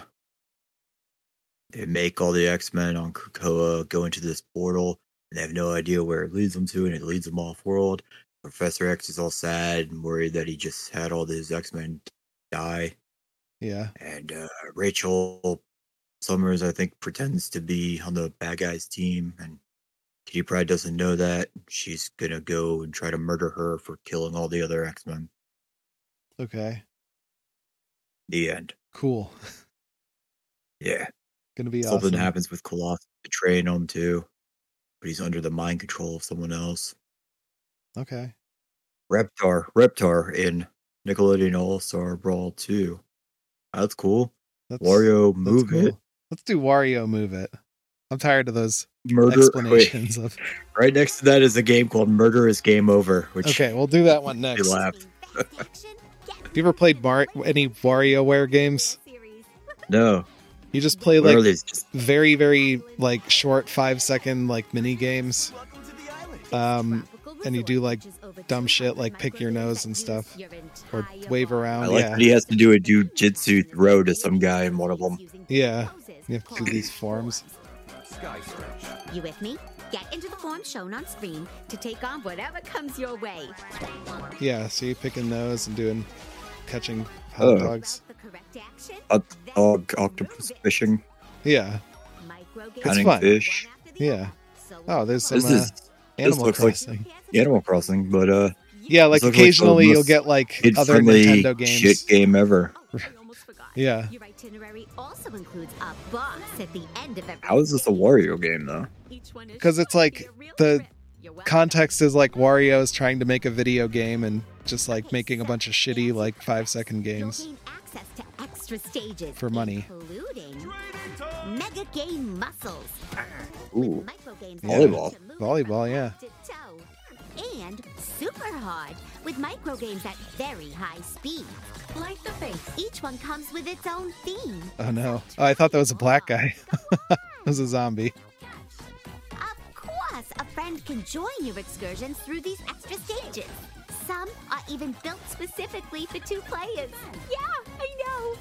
Speaker 1: they make all the X Men on Krakoa go into this portal and they have no idea where it leads them to and it leads them off world. Professor X is all sad and worried that he just had all his X Men die.
Speaker 2: Yeah.
Speaker 1: and uh, Rachel Summers, I think, pretends to be on the bad guys team, and Kitty Pride doesn't know that. She's gonna go and try to murder her for killing all the other X Men.
Speaker 2: Okay.
Speaker 1: The end.
Speaker 2: Cool.
Speaker 1: Yeah,
Speaker 2: Gonna be
Speaker 1: something
Speaker 2: awesome.
Speaker 1: happens with Colossus betraying him too, but he's under the mind control of someone else.
Speaker 2: Okay.
Speaker 1: Reptar, Reptar in Nickelodeon All Star Brawl 2. That's cool.
Speaker 2: That's,
Speaker 1: Wario, move
Speaker 2: cool.
Speaker 1: it.
Speaker 2: Let's do Wario move it. I'm tired of those
Speaker 1: Murder-
Speaker 2: explanations of
Speaker 1: Right next to that is a game called Murder is Game Over, which
Speaker 2: Okay, we'll do that one
Speaker 1: I
Speaker 2: next. Have
Speaker 1: laughed.
Speaker 2: you ever played Mar- any WarioWare games?
Speaker 1: No,
Speaker 2: You just play
Speaker 1: What
Speaker 2: like
Speaker 1: are these? Just-
Speaker 2: very, very like short five second like mini games. Um, and you do like dumb shit like pick your nose and stuff, or wave
Speaker 1: I
Speaker 2: around.
Speaker 1: like
Speaker 2: Yeah,
Speaker 1: that he has to do a jujitsu throw to some guy in one of them.
Speaker 2: yeah. You have to do these forms.
Speaker 14: You with me? Get into the form shown on screen to take on whatever comes your way.
Speaker 2: Yeah, so you're picking those and doing catching hot
Speaker 1: Oh.
Speaker 2: dogs.
Speaker 1: Hot dog octopus fishing,
Speaker 2: Yeah, it's
Speaker 1: hunting
Speaker 2: fun.
Speaker 1: fish.
Speaker 2: Yeah. Oh, there's some
Speaker 1: This is
Speaker 2: uh,
Speaker 1: this
Speaker 2: Animal
Speaker 1: looks
Speaker 2: Crossing.
Speaker 1: like Animal Crossing, but uh,
Speaker 2: Yeah, like
Speaker 1: this looks
Speaker 2: occasionally
Speaker 1: the
Speaker 2: you'll
Speaker 1: most
Speaker 2: get, like, other
Speaker 1: kid-friendly
Speaker 2: Nintendo games.
Speaker 1: Shit game ever.
Speaker 2: yeah.
Speaker 14: Your itinerary also includes a boss at the end of every
Speaker 1: How is this a Wario game though?
Speaker 2: because it's like the context is like Wario is trying to make a video game and just like making a bunch of shitty like five second games
Speaker 14: access to extra stages,
Speaker 2: for money.
Speaker 14: including mega game muscles,
Speaker 1: Ooh,
Speaker 14: microgames
Speaker 2: Yeah.
Speaker 1: Volleyball.
Speaker 2: Volleyball, yeah.
Speaker 14: to toe, and super hard with microgames at very high speed. Like the face. Each one comes with its own theme.
Speaker 2: Oh no. Oh, I thought that was a black guy. it was a zombie.
Speaker 14: Of course, a friend can join your excursions through these extra stages. Some are even built specifically for two players. Yeah, I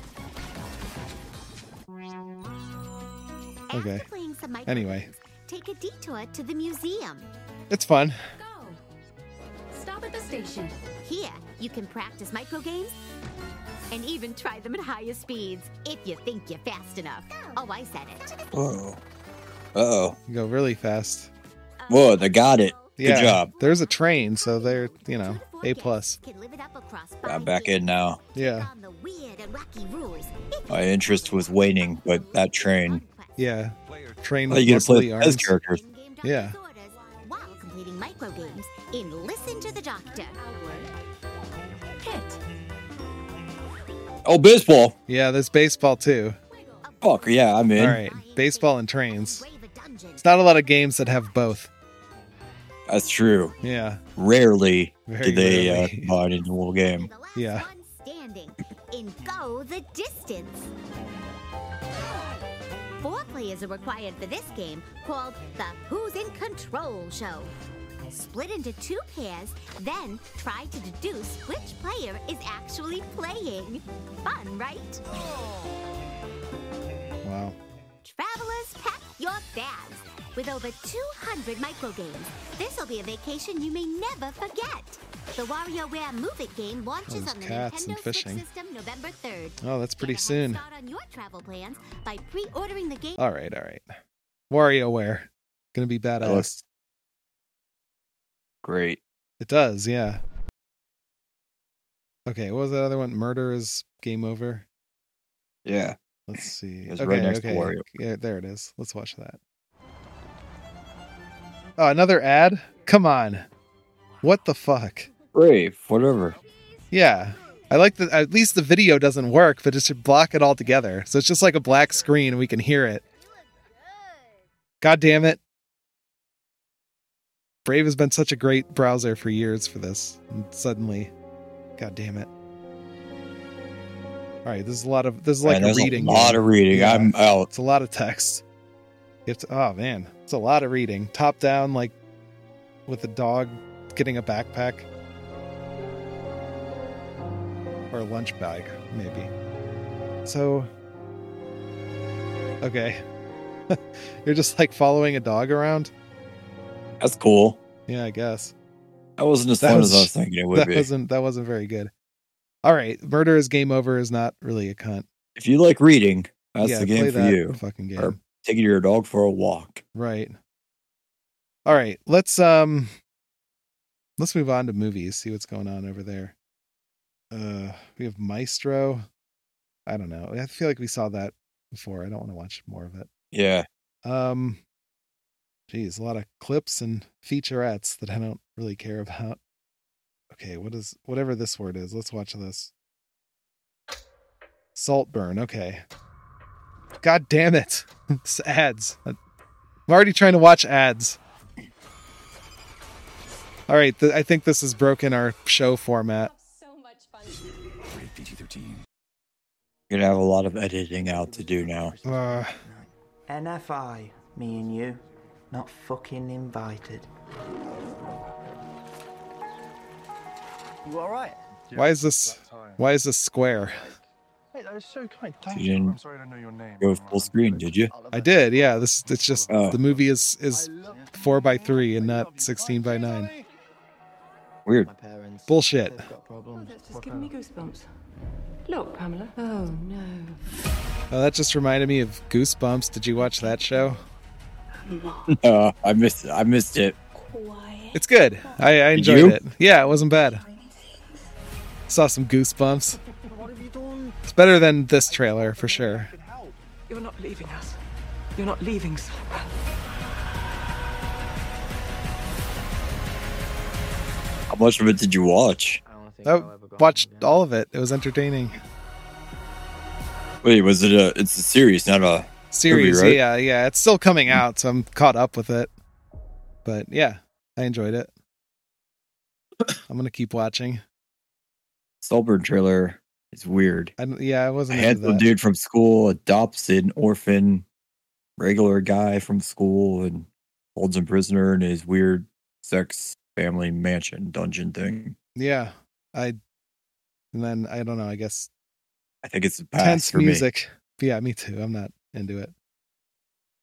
Speaker 14: know.
Speaker 2: Okay.
Speaker 14: After playing some micro
Speaker 2: Anyway,
Speaker 14: games, take a detour to the museum.
Speaker 2: it's fun.
Speaker 14: Stop at the station. Here, you can practice microgames and even try them at higher speeds if you think you're fast enough. Oh, I said it.
Speaker 1: Whoa. Uh oh.
Speaker 2: You go really fast.
Speaker 1: Whoa, they got it. Good job.
Speaker 2: There's a train, so they're you know a plus.
Speaker 1: I'm back in now.
Speaker 2: Yeah.
Speaker 1: My interest was waning, but that train.
Speaker 2: Yeah. Train.
Speaker 1: Oh,
Speaker 2: with
Speaker 1: you get to play
Speaker 2: muscly
Speaker 1: as
Speaker 2: arms.
Speaker 1: characters.
Speaker 2: Yeah.
Speaker 14: While completing microgames in Listen to the Doctor. Hit.
Speaker 1: Oh, baseball.
Speaker 2: Yeah. There's baseball too.
Speaker 1: Fuck yeah, I'm in.
Speaker 2: All right. Baseball and trains. It's not a lot of games that have both.
Speaker 1: That's true.
Speaker 2: Yeah.
Speaker 1: Rarely
Speaker 2: Very
Speaker 1: do they uh,
Speaker 2: rarely.
Speaker 1: combine into one game.
Speaker 2: Yeah.
Speaker 14: Standing in Go the Distance. Four players are required for this game called the Who's in Control show. Split into two pairs, then try to deduce which player is actually playing. Fun, right?
Speaker 2: Wow.
Speaker 14: Travelers, pack your bags. With over 200 microgames, this will be a vacation you may never forget. The WarioWare Move It game launches
Speaker 2: there's
Speaker 14: on the
Speaker 2: cats and
Speaker 14: Nintendo Switch
Speaker 2: fishing.
Speaker 14: system November 3rd.
Speaker 2: Oh, that's pretty soon.
Speaker 14: Start on your travel plans by pre-ordering the game.
Speaker 2: All right. All right. WarioWare. Gonna be badass.
Speaker 1: looks- Great.
Speaker 2: It does, yeah. Okay, what was that other one? Murder is game over.
Speaker 1: Yeah.
Speaker 2: Let's see.
Speaker 1: It's
Speaker 2: okay,
Speaker 1: right next to
Speaker 2: okay.
Speaker 1: Wario.
Speaker 2: Yeah, there it is. Let's watch that. Oh, another ad? Come on. What the fuck?
Speaker 1: Brave, whatever.
Speaker 2: Yeah. I like that at least the video doesn't work, but it should block it all together. So it's just like a black screen and we can hear it. God damn it. Brave has been such a great browser for years for this. And suddenly, god damn it. All right, there's a lot of this is like
Speaker 1: Man,
Speaker 2: a
Speaker 1: there's a
Speaker 2: reading.
Speaker 1: lot
Speaker 2: game.
Speaker 1: of reading. I'm out.
Speaker 2: It's a lot of text. You have to, oh man, it's a lot of reading. Top down, like with a dog getting a backpack or a lunch bag, maybe. So, okay, you're just like following a dog around.
Speaker 1: That's cool.
Speaker 2: Yeah, I guess.
Speaker 1: That wasn't as fun as I was thinking it would
Speaker 2: that
Speaker 1: be.
Speaker 2: wasn't that wasn't very good. All right, murder is game over is not really a cunt.
Speaker 1: If you like reading, that's
Speaker 2: Yeah,
Speaker 1: the
Speaker 2: play
Speaker 1: game for
Speaker 2: that
Speaker 1: you.
Speaker 2: fucking game.
Speaker 1: Or taking your dog for a walk.
Speaker 2: Right. All right, let's um let's move on to movies, see what's going on over there. Uh we have Maestro. I don't know. I feel like we saw that before. I don't want to watch more of it.
Speaker 1: Yeah.
Speaker 2: Um geez, a lot of clips and featurettes that I don't really care about. Okay, what is whatever this word is, let's watch this. Saltburn, okay. God damn it. It's ads. I'm already trying to watch ads. All right, th- I think this has broken our show format.
Speaker 5: Rated PG-13.
Speaker 1: You're gonna have a lot of editing out to do now.
Speaker 2: Uh,
Speaker 15: NFI, me and you. Not fucking invited.
Speaker 16: You all right?
Speaker 2: Why is this why is this square?
Speaker 16: Hey, that was so kind. Thank
Speaker 1: You
Speaker 16: you. I'm
Speaker 1: didn't
Speaker 16: sorry I don't know your name.
Speaker 1: go full screen, did you?
Speaker 2: I did, yeah. This it's just
Speaker 1: Oh.
Speaker 2: the movie is is four by three and not sixteen by nine.
Speaker 1: Weird.
Speaker 2: Bullshit.
Speaker 15: Problems.
Speaker 17: Oh, That's just giving me goosebumps. Look, Pamela. Oh no.
Speaker 2: Oh, that just reminded me of Goosebumps. Did you watch that show?
Speaker 1: Uh, I missed I missed it.
Speaker 2: It's good. I, I
Speaker 1: Did
Speaker 2: enjoyed
Speaker 1: you?
Speaker 2: it. Yeah, it wasn't bad. Saw some goosebumps. It's better than this trailer for sure.
Speaker 17: You're not leaving us. You're not leaving Saltburn.
Speaker 1: How much of it did you watch?
Speaker 2: I watched all of it. It was entertaining.
Speaker 1: Wait, was it a it's a series, not a
Speaker 2: Series,
Speaker 1: movie, right?
Speaker 2: yeah, yeah. It's still coming out, so I'm caught up with it. But yeah, I enjoyed it. I'm gonna keep watching.
Speaker 1: Saltburn trailer is weird.
Speaker 2: I, yeah, I
Speaker 1: A
Speaker 2: wasn't. into
Speaker 1: handsome
Speaker 2: that.
Speaker 1: dude from school adopts an orphan, regular guy from school, and holds him prisoner in his weird sex family mansion dungeon thing.
Speaker 2: Yeah, I. And then I don't know. I guess
Speaker 1: I think it's a pass
Speaker 2: tense
Speaker 1: for Ah, me.
Speaker 2: music. Yeah, me too. I'm not into it.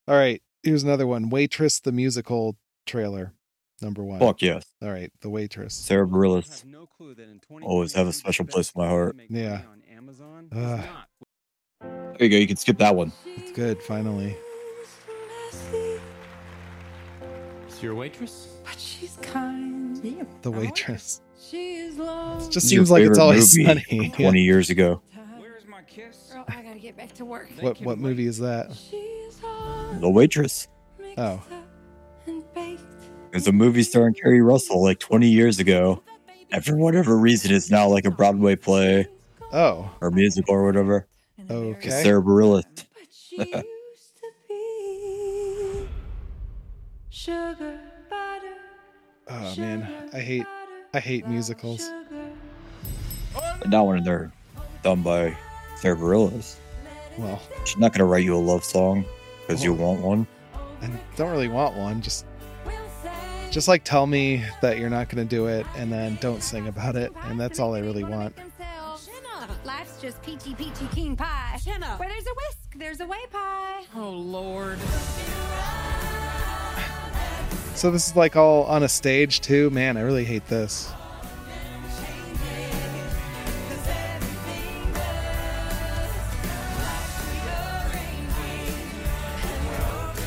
Speaker 2: All right, here's another one. Waitress the musical trailer, number one.
Speaker 1: Fuck yes.
Speaker 2: All right, the waitress.
Speaker 1: Sarah Bareilles always have a special place in my heart.
Speaker 2: Yeah. Ugh,
Speaker 1: There you go. You can skip that one.
Speaker 2: it's good. Finally,
Speaker 18: It's your waitress?
Speaker 15: But she's kind.
Speaker 2: the waitress.
Speaker 15: She is love.
Speaker 2: It
Speaker 1: This
Speaker 2: just
Speaker 1: is your
Speaker 2: seems like it's
Speaker 1: favorite
Speaker 2: always
Speaker 1: movie
Speaker 2: sunny.
Speaker 1: from
Speaker 2: Yeah.
Speaker 1: Twenty years ago,
Speaker 15: Girl, I gotta get back to work.
Speaker 2: What what movie is that?
Speaker 1: The Waitress.
Speaker 2: Oh,
Speaker 1: It was a movie starring Carrie Russell like 20 years ago. And for whatever reason, it's now like a Broadway play
Speaker 2: oh,
Speaker 1: or musical or whatever. It's
Speaker 2: okay.
Speaker 1: Sarah Bareilles.
Speaker 15: Sugar, butter,
Speaker 2: Oh man, I hate I hate musicals.
Speaker 1: but not when they're done by Sarah Bareilles.
Speaker 2: Well,
Speaker 1: She's not going to write you a love song because you want one.
Speaker 2: I don't really want one. Just just like tell me that you're not gonna do it, and then don't sing about it, and that's all I really want.
Speaker 14: Life's just peachy peachy keen pie. Where there's a whisk, there's a way pie.
Speaker 15: Oh lord.
Speaker 2: So this is like all on a stage too. Man, I really hate this.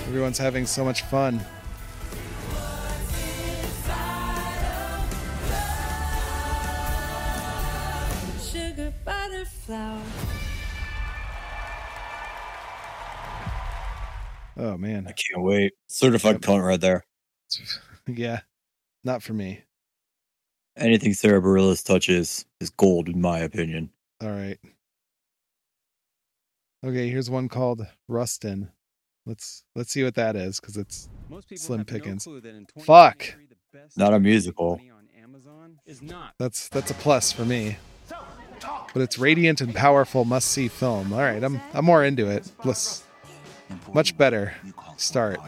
Speaker 2: Everyone's having so much fun.
Speaker 5: Sugar butterflower.
Speaker 2: Oh man,
Speaker 1: I can't wait. Certified cunt right there.
Speaker 2: yeah, not for me.
Speaker 1: Anything Sarah Bareilles touches is gold, in my opinion.
Speaker 2: All right. Okay, here's one called Rustin. Let's let's see what that is because it's Slim Pickens. Fuck,
Speaker 1: Not a musical.
Speaker 2: that's that's a plus for me. But it's radiant and powerful, must-see film. All right, I'm I'm more into it. Let's much better start.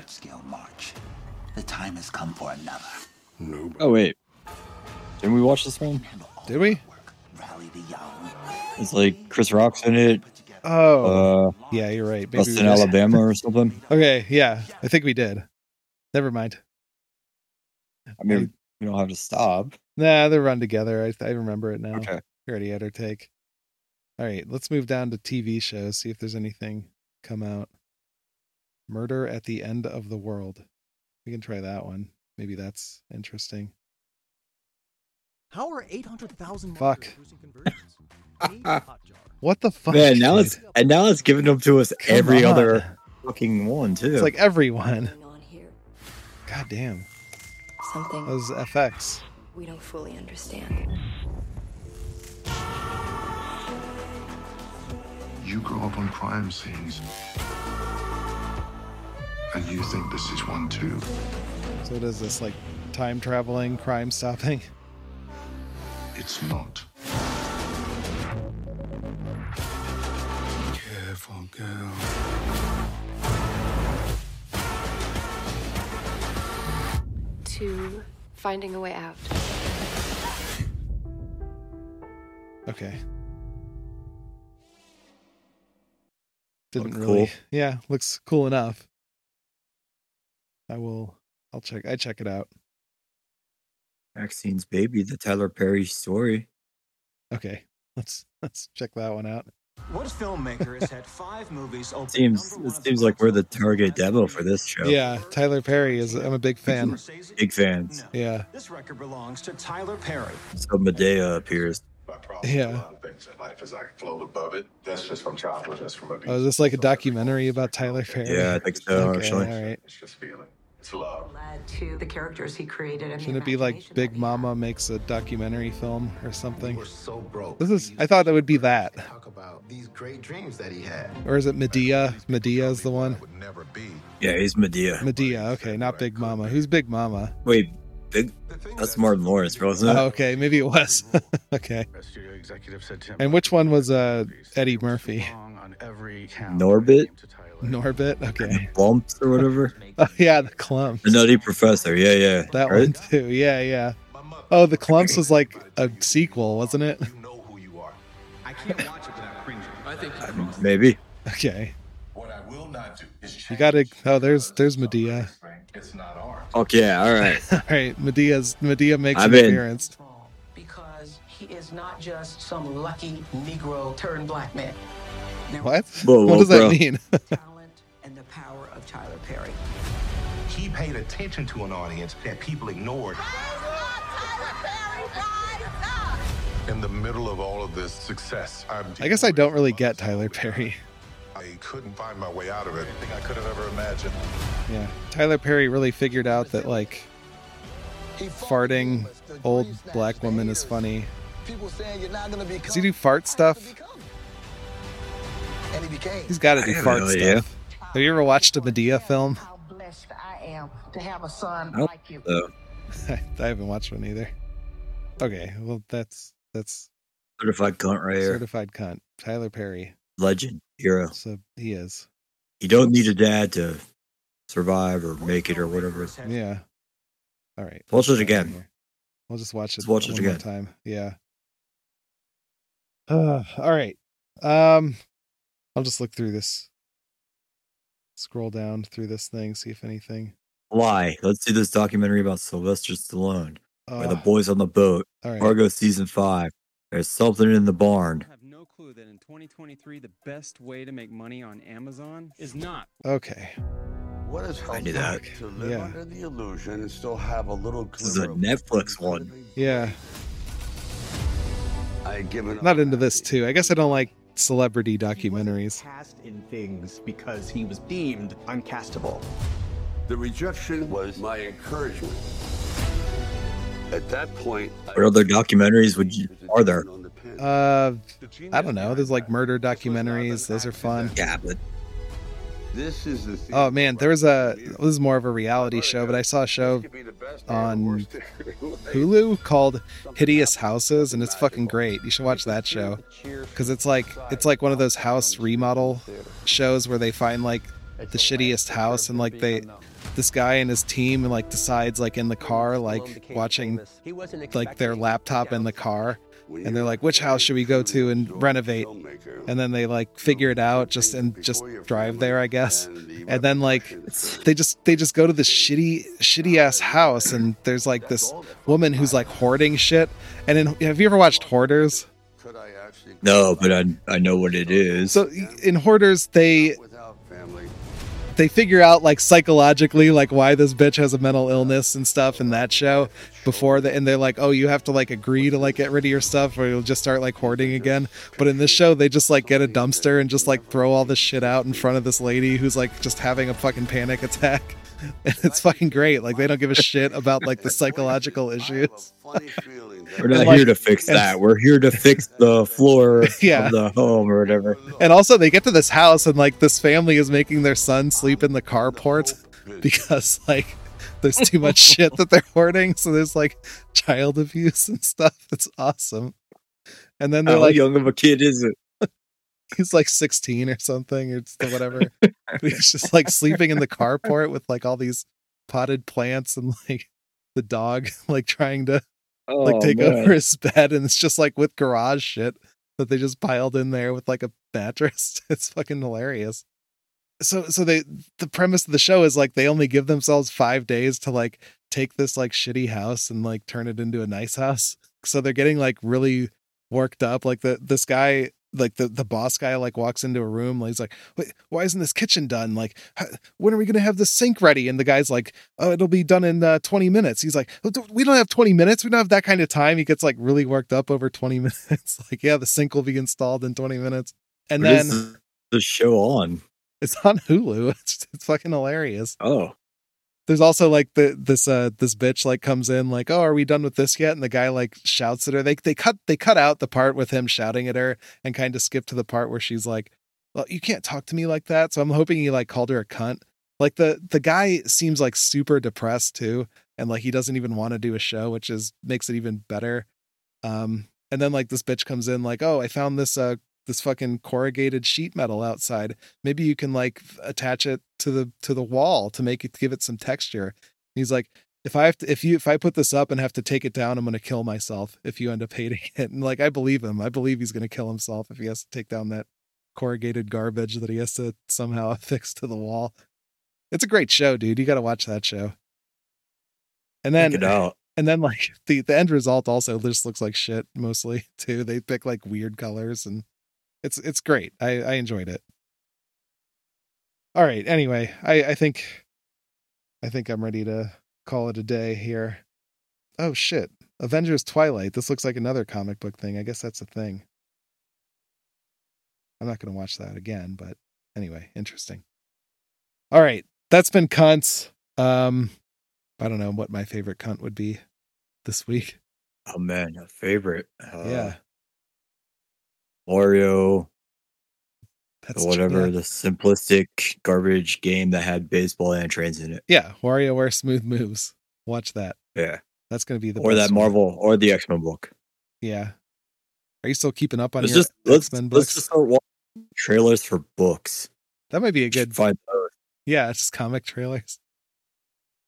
Speaker 19: The time has come for another.
Speaker 1: Oh wait, didn't we watch this one?
Speaker 2: Did we?
Speaker 1: It's like Chris Rock's in it.
Speaker 2: Oh,
Speaker 1: Uh,
Speaker 2: yeah, you're right. Maybe we
Speaker 1: Austin,
Speaker 2: did.
Speaker 1: Alabama, or something.
Speaker 2: Okay, yeah, I think we did. Never mind.
Speaker 1: I mean, we don't have to stop.
Speaker 2: Nah, they run together. I I remember it now.
Speaker 1: Okay.
Speaker 2: We already had our take. All right, let's move down to TV shows. See if there's anything come out. Murder at the End of the World. We can try that one. Maybe that's interesting.
Speaker 20: How are 800,000
Speaker 2: Fuck. what the fuck?
Speaker 1: Man, now
Speaker 2: dude?
Speaker 1: it's and now it's giving them to us
Speaker 2: Come
Speaker 1: every
Speaker 2: on.
Speaker 1: other fucking one too.
Speaker 2: It's like everyone. God damn. That
Speaker 5: Something
Speaker 2: was FX.
Speaker 5: we don't fully understand.
Speaker 21: You grow up on crime scenes. And you think this is one too.
Speaker 2: So what is this like time traveling, crime stopping?
Speaker 21: It's not. Careful, girl.
Speaker 5: To finding a way out.
Speaker 2: Okay. Didn't
Speaker 1: Look
Speaker 2: really.
Speaker 1: cool.
Speaker 2: Yeah, looks cool enough. I will. I'll check. I check it out.
Speaker 1: Maxine's baby, the Tyler Perry story.
Speaker 2: Okay, let's let's check that one out.
Speaker 22: What filmmaker has had five movies open?
Speaker 1: Seems it seems like we're the target demo for this show.
Speaker 2: Yeah, Tyler Perry is. I'm a big fan.
Speaker 1: big fans.
Speaker 2: Yeah,
Speaker 22: This record belongs to Tyler Perry.
Speaker 1: So Medea appears.
Speaker 2: yeah.
Speaker 21: Things in life as I float above it. That's just from childhood. That's from abuse.
Speaker 2: Oh, is this like a documentary about Tyler Perry?
Speaker 1: Yeah, I think so.
Speaker 2: Okay,
Speaker 1: actually,
Speaker 2: all right.
Speaker 21: It's just feeling. It's love.
Speaker 23: Led to the characters he created. And the
Speaker 2: Shouldn't it be like Big Mama makes a documentary film or something?
Speaker 24: so broke.
Speaker 2: This is. I thought it would be that.
Speaker 24: Talk about these great dreams that he had.
Speaker 2: Or is it Medea? Medea is the one.
Speaker 1: yeah, he's Medea.
Speaker 2: Medea. Okay, not Big Mama. Who's Big Mama?
Speaker 1: Wait, big. That's Martin Lawrence, bro, isn't it?
Speaker 2: Oh, okay, maybe it was. okay.
Speaker 21: A studio executive said to him,
Speaker 2: And which one was uh, Eddie Murphy?
Speaker 21: on every count.
Speaker 1: Norbit,
Speaker 2: Norbit. Okay.
Speaker 1: Bumps or whatever.
Speaker 2: Oh yeah, the clumps.
Speaker 1: The Nutty Professor. Yeah, yeah.
Speaker 2: That
Speaker 1: right?
Speaker 2: one too. Yeah, yeah. Oh, the clumps was like a sequel, wasn't it?
Speaker 21: I can't watch it without cringing. I think
Speaker 1: Maybe.
Speaker 2: Okay.
Speaker 21: what I will not do is
Speaker 2: You
Speaker 21: change.
Speaker 2: gotta. Oh, there's there's Medea.
Speaker 21: It's not art.
Speaker 1: Fuck yeah. All right.
Speaker 2: All right, Medea's Medea makes
Speaker 1: I'm
Speaker 2: an
Speaker 1: in.
Speaker 2: appearance.
Speaker 23: Because he is not just some lucky Negro turned black man.
Speaker 2: What?
Speaker 1: Whoa,
Speaker 2: what
Speaker 1: whoa,
Speaker 2: does that
Speaker 1: bro.
Speaker 2: mean?
Speaker 23: And the power of Tyler Perry.
Speaker 24: He paid attention to an audience that people ignored.
Speaker 21: In the middle of all of this success, I'm
Speaker 2: I guess I don't really get Tyler Perry.
Speaker 21: I couldn't find my way out of it. Anything I could have ever imagined.
Speaker 2: Yeah, Tyler Perry really figured out that like farting old black woman is funny.
Speaker 20: People saying you're not gonna
Speaker 2: Does
Speaker 20: become.
Speaker 2: he do fart stuff?
Speaker 20: And he became.
Speaker 2: He's got to do
Speaker 1: have
Speaker 2: fart
Speaker 1: no
Speaker 2: stuff.
Speaker 1: idea.
Speaker 2: Have you ever watched a Medea film?
Speaker 23: Blessed I am to have a son
Speaker 1: I don't
Speaker 23: like you.
Speaker 1: think so.
Speaker 2: I haven't watched one either. Okay, well that's that's
Speaker 1: Certified cunt right here.
Speaker 2: certified cunt. Tyler Perry.
Speaker 1: Legend hero.
Speaker 2: So he is.
Speaker 1: You don't need a dad to survive or make it or whatever.
Speaker 2: Yeah. All right.
Speaker 1: Watch it
Speaker 2: that's
Speaker 1: again.
Speaker 2: in here. I'll just watch it.
Speaker 1: Let's watch it
Speaker 2: one more
Speaker 1: again.
Speaker 2: time. Yeah. Uh, all right. Um, I'll just look through this. Scroll down through this thing, see if anything.
Speaker 1: Why? Let's do this documentary about Sylvester Stallone. by the
Speaker 2: Uh,
Speaker 1: boys on the boat.
Speaker 2: all right.
Speaker 1: Fargo season five. There's something in the barn.
Speaker 13: No clue that in 2023 the best way to make money on Amazon is not
Speaker 2: Okay.
Speaker 3: What is
Speaker 1: I knew that.
Speaker 3: To live
Speaker 2: Yeah.
Speaker 3: under the illusion and still have a little
Speaker 1: This is a
Speaker 3: glimmer.
Speaker 1: Netflix one.
Speaker 2: Yeah.
Speaker 3: I give it
Speaker 2: Not into this too. I guess I don't like celebrity documentaries.
Speaker 22: Cast in things because he was deemed uncastable.
Speaker 3: The rejection was my encouragement. At that point, I
Speaker 1: What other documentaries would you are there?
Speaker 3: on the pin.
Speaker 2: Uh, I don't know. There's like murder documentaries. Those are fun.
Speaker 1: Yeah, but
Speaker 3: This is the thing.
Speaker 2: Oh man, there was a this is more of a reality show,
Speaker 3: uh,
Speaker 2: but I saw a show on Hulu called Hideous Houses and it's fucking great. You should watch that show cuz it's like it's like one of those house remodel shows where they find like the shittiest house and like they this guy and his team like decides like in the car like watching like their laptop in the car and they're like which house should we go to and renovate and then they like figure it out just and just drive there i guess and then like they just they just go to this shitty shitty ass house and there's like this woman who's like hoarding shit and in, have you ever watched hoarders
Speaker 1: no, but I I know what it is.
Speaker 2: so in hoarders they they figure out like psychologically like why this bitch has a mental illness and stuff in that show before the and they're like oh you have to like agree to like get rid of your stuff or you'll just start like hoarding again but in this show they just like get a dumpster and just like throw all this shit out in front of this lady who's like just having a fucking panic attack and it's fucking great like they don't give a shit about like the psychological issues
Speaker 1: We're not
Speaker 2: Like-
Speaker 1: here to fix that. We're here to fix the floor
Speaker 2: Yeah.
Speaker 1: of the home or whatever.
Speaker 2: and also they get to this house and like this family is making their son sleep in the carport because like there's too much shit that they're hoarding so there's like child abuse and stuff it's awesome and then they're
Speaker 1: How
Speaker 2: like
Speaker 1: young of a kid is it?
Speaker 2: he's like 16 or something or it's the whatever he's just like sleeping in the carport with like all these potted plants and like the dog like trying to like
Speaker 1: Oh,
Speaker 2: take
Speaker 1: man.
Speaker 2: over his bed and it's just like with garage shit that they just piled in there with like a mattress it's fucking hilarious so so they the premise of the show is like they only give themselves five days to like take this like shitty house and like turn it into a nice house so they're getting like really worked up like the this guy like the, the boss guy like walks into a room like he's like Wait, why isn't this kitchen done like how, when are we gonna have the sink ready and the guy's like oh it'll be done in uh, 20 minutes he's like "Oh, don't- we don't have 20 minutes we don't have that kind of time he gets like really worked up over 20 minutes like yeah the sink will be installed in 20 minutes and
Speaker 1: What
Speaker 2: then
Speaker 1: is the show on.
Speaker 2: it's on hulu it's, it's fucking hilarious
Speaker 1: Oh,
Speaker 2: there's also like the this uh this bitch like comes in like oh are we done with this yet and the guy like shouts at her they they cut they cut out the part with him shouting at her and kind of skip to the part where she's like well you can't talk to me like that so I'm hoping he like called her a cunt like the the guy seems like super depressed too and like he doesn't even want to do a show which is makes it even better um and then like this bitch comes in like oh I found this uh this fucking corrugated sheet metal outside maybe you can like f- attach it to the to the wall to make it give it some texture and he's like if i have to if you if i put this up and have to take it down i'm going to kill myself if you end up hating it and like i believe him i believe he's going to kill himself if he has to take down that corrugated garbage that he has to somehow affix to the wall it's a great show dude you got to watch that show and then
Speaker 1: check it out.
Speaker 2: and then like the the end result also just looks like shit mostly too they pick like weird colors and it's it's great i i enjoyed it all right anyway i i think i think i'm ready to call it a day here oh shit avengers twilight this looks like another comic book thing i guess that's a thing i'm not going to watch that again but anyway interesting all right that's been cunts um I don't know what my favorite cunt would be this week.
Speaker 1: Oh man, a favorite. Uh,
Speaker 2: yeah,
Speaker 1: Mario.
Speaker 2: that's
Speaker 1: or whatever
Speaker 2: true.
Speaker 1: the simplistic garbage game that had baseball and trains in it.
Speaker 2: Yeah, WarioWare Smooth Moves. Watch that.
Speaker 1: Yeah,
Speaker 2: That's going to be the
Speaker 1: or
Speaker 2: best
Speaker 1: that
Speaker 2: one.
Speaker 1: Marvel or the X Men book.
Speaker 2: Yeah. Are you still keeping up on
Speaker 1: Let's
Speaker 2: your
Speaker 1: just let's,
Speaker 2: X-Men
Speaker 1: let's
Speaker 2: books?
Speaker 1: just start watching trailers for books.
Speaker 2: that might be a good.
Speaker 1: Find those
Speaker 2: Yeah, it's just comic trailers.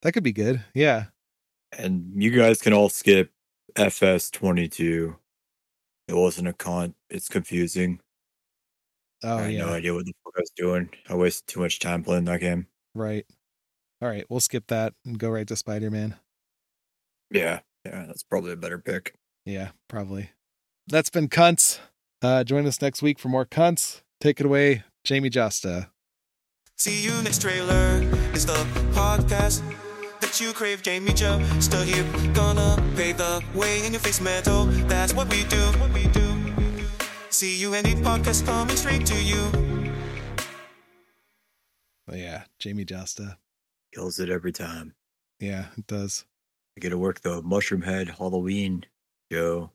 Speaker 2: That could be good. Yeah.
Speaker 1: and you guys can all skip FS twenty two. It wasn't a con. It's confusing.
Speaker 2: Oh
Speaker 1: I had
Speaker 2: yeah.
Speaker 1: no idea what the fuck I was doing. I wasted too much time playing that game.
Speaker 2: Right. All right, we'll skip that and go right to Spider Man.
Speaker 1: Yeah, yeah, that's probably a better pick.
Speaker 2: Yeah, probably. That's been cunts. Uh, join us next week for more cunts. Take it away, Jamie Josta.
Speaker 4: See you next trailer. It's the podcast that you crave. Jamie Joe, still here, gonna pave the way in your face metal. That's what we do. What we do. See you any podcast coming straight to you.
Speaker 2: But Oh, yeah, Jamie Josta.
Speaker 1: Kills it every time.
Speaker 2: Yeah, it does.
Speaker 1: I get to work the Mushroom Head Halloween show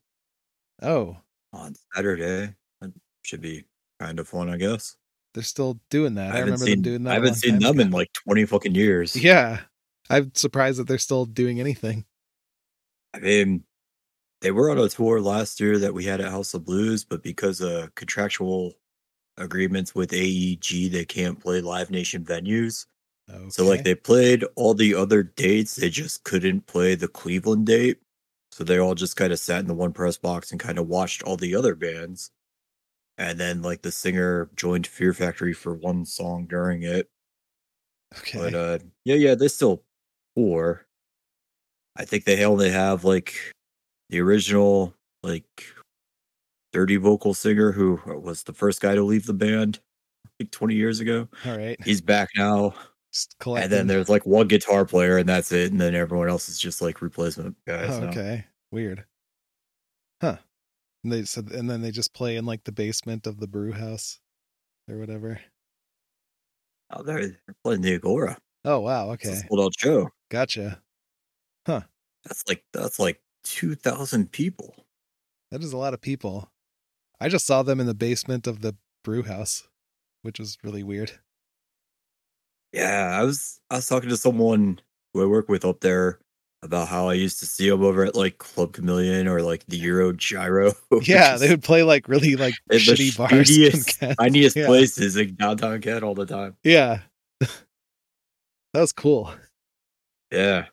Speaker 2: Oh,
Speaker 1: on Saturday. That should be kind of fun, I guess.
Speaker 2: they're still doing that. I,
Speaker 1: haven't
Speaker 2: remember
Speaker 1: seen-
Speaker 2: them doing that.
Speaker 1: I
Speaker 2: a
Speaker 1: haven't
Speaker 2: long
Speaker 1: seen
Speaker 2: time
Speaker 1: them
Speaker 2: ago.
Speaker 1: in like 20 fucking years.
Speaker 2: Yeah. I'm surprised that they're still doing anything.
Speaker 1: I mean, they were on a tour last year that we had at House of Blues, but because of contractual agreements with AEG, they can't play Live Nation venues. So, like,
Speaker 2: Okay.
Speaker 1: they played all the other dates, they just couldn't play the Cleveland date. So, they all just kind of sat in the one press box and kind of watched all the other bands. And then, like, the singer joined Fear Factory for one song during it.
Speaker 2: Okay.
Speaker 1: But uh, yeah, yeah, they're still four. I think they only have like the original like dirty vocal singer who uh, was the first guy to leave the band like 20 years ago.
Speaker 2: All right.
Speaker 1: He's back now.
Speaker 2: Just
Speaker 1: And
Speaker 2: collecting.
Speaker 1: then there's like one guitar player and that's it. And then everyone else is just like replacement guys.
Speaker 2: Oh,
Speaker 1: now.
Speaker 2: okay. Weird. Huh. And they said, and then they just play in like the basement of the brew house or whatever.
Speaker 1: Oh, they're, they're playing the Agora.
Speaker 2: Oh, wow.
Speaker 1: It's
Speaker 2: Okay.
Speaker 1: this old old show.
Speaker 2: Gotcha. Huh.
Speaker 1: That's like that's like two thousand people.
Speaker 2: That is a lot of people. I just saw them in the basement of the brew house, which was really weird.
Speaker 1: Yeah, I was I was talking to someone who I work with up there about how I used to see them over at like Club Chameleon or like the Euro Gyro. which
Speaker 2: yeah.
Speaker 1: is
Speaker 2: They would play like really like
Speaker 1: in the
Speaker 2: shitty bars. in
Speaker 1: shittiest,
Speaker 2: Kent.
Speaker 1: tiniest
Speaker 2: yeah.
Speaker 1: places in downtown Kent all the time.
Speaker 2: Yeah. that was cool.
Speaker 1: Yeah,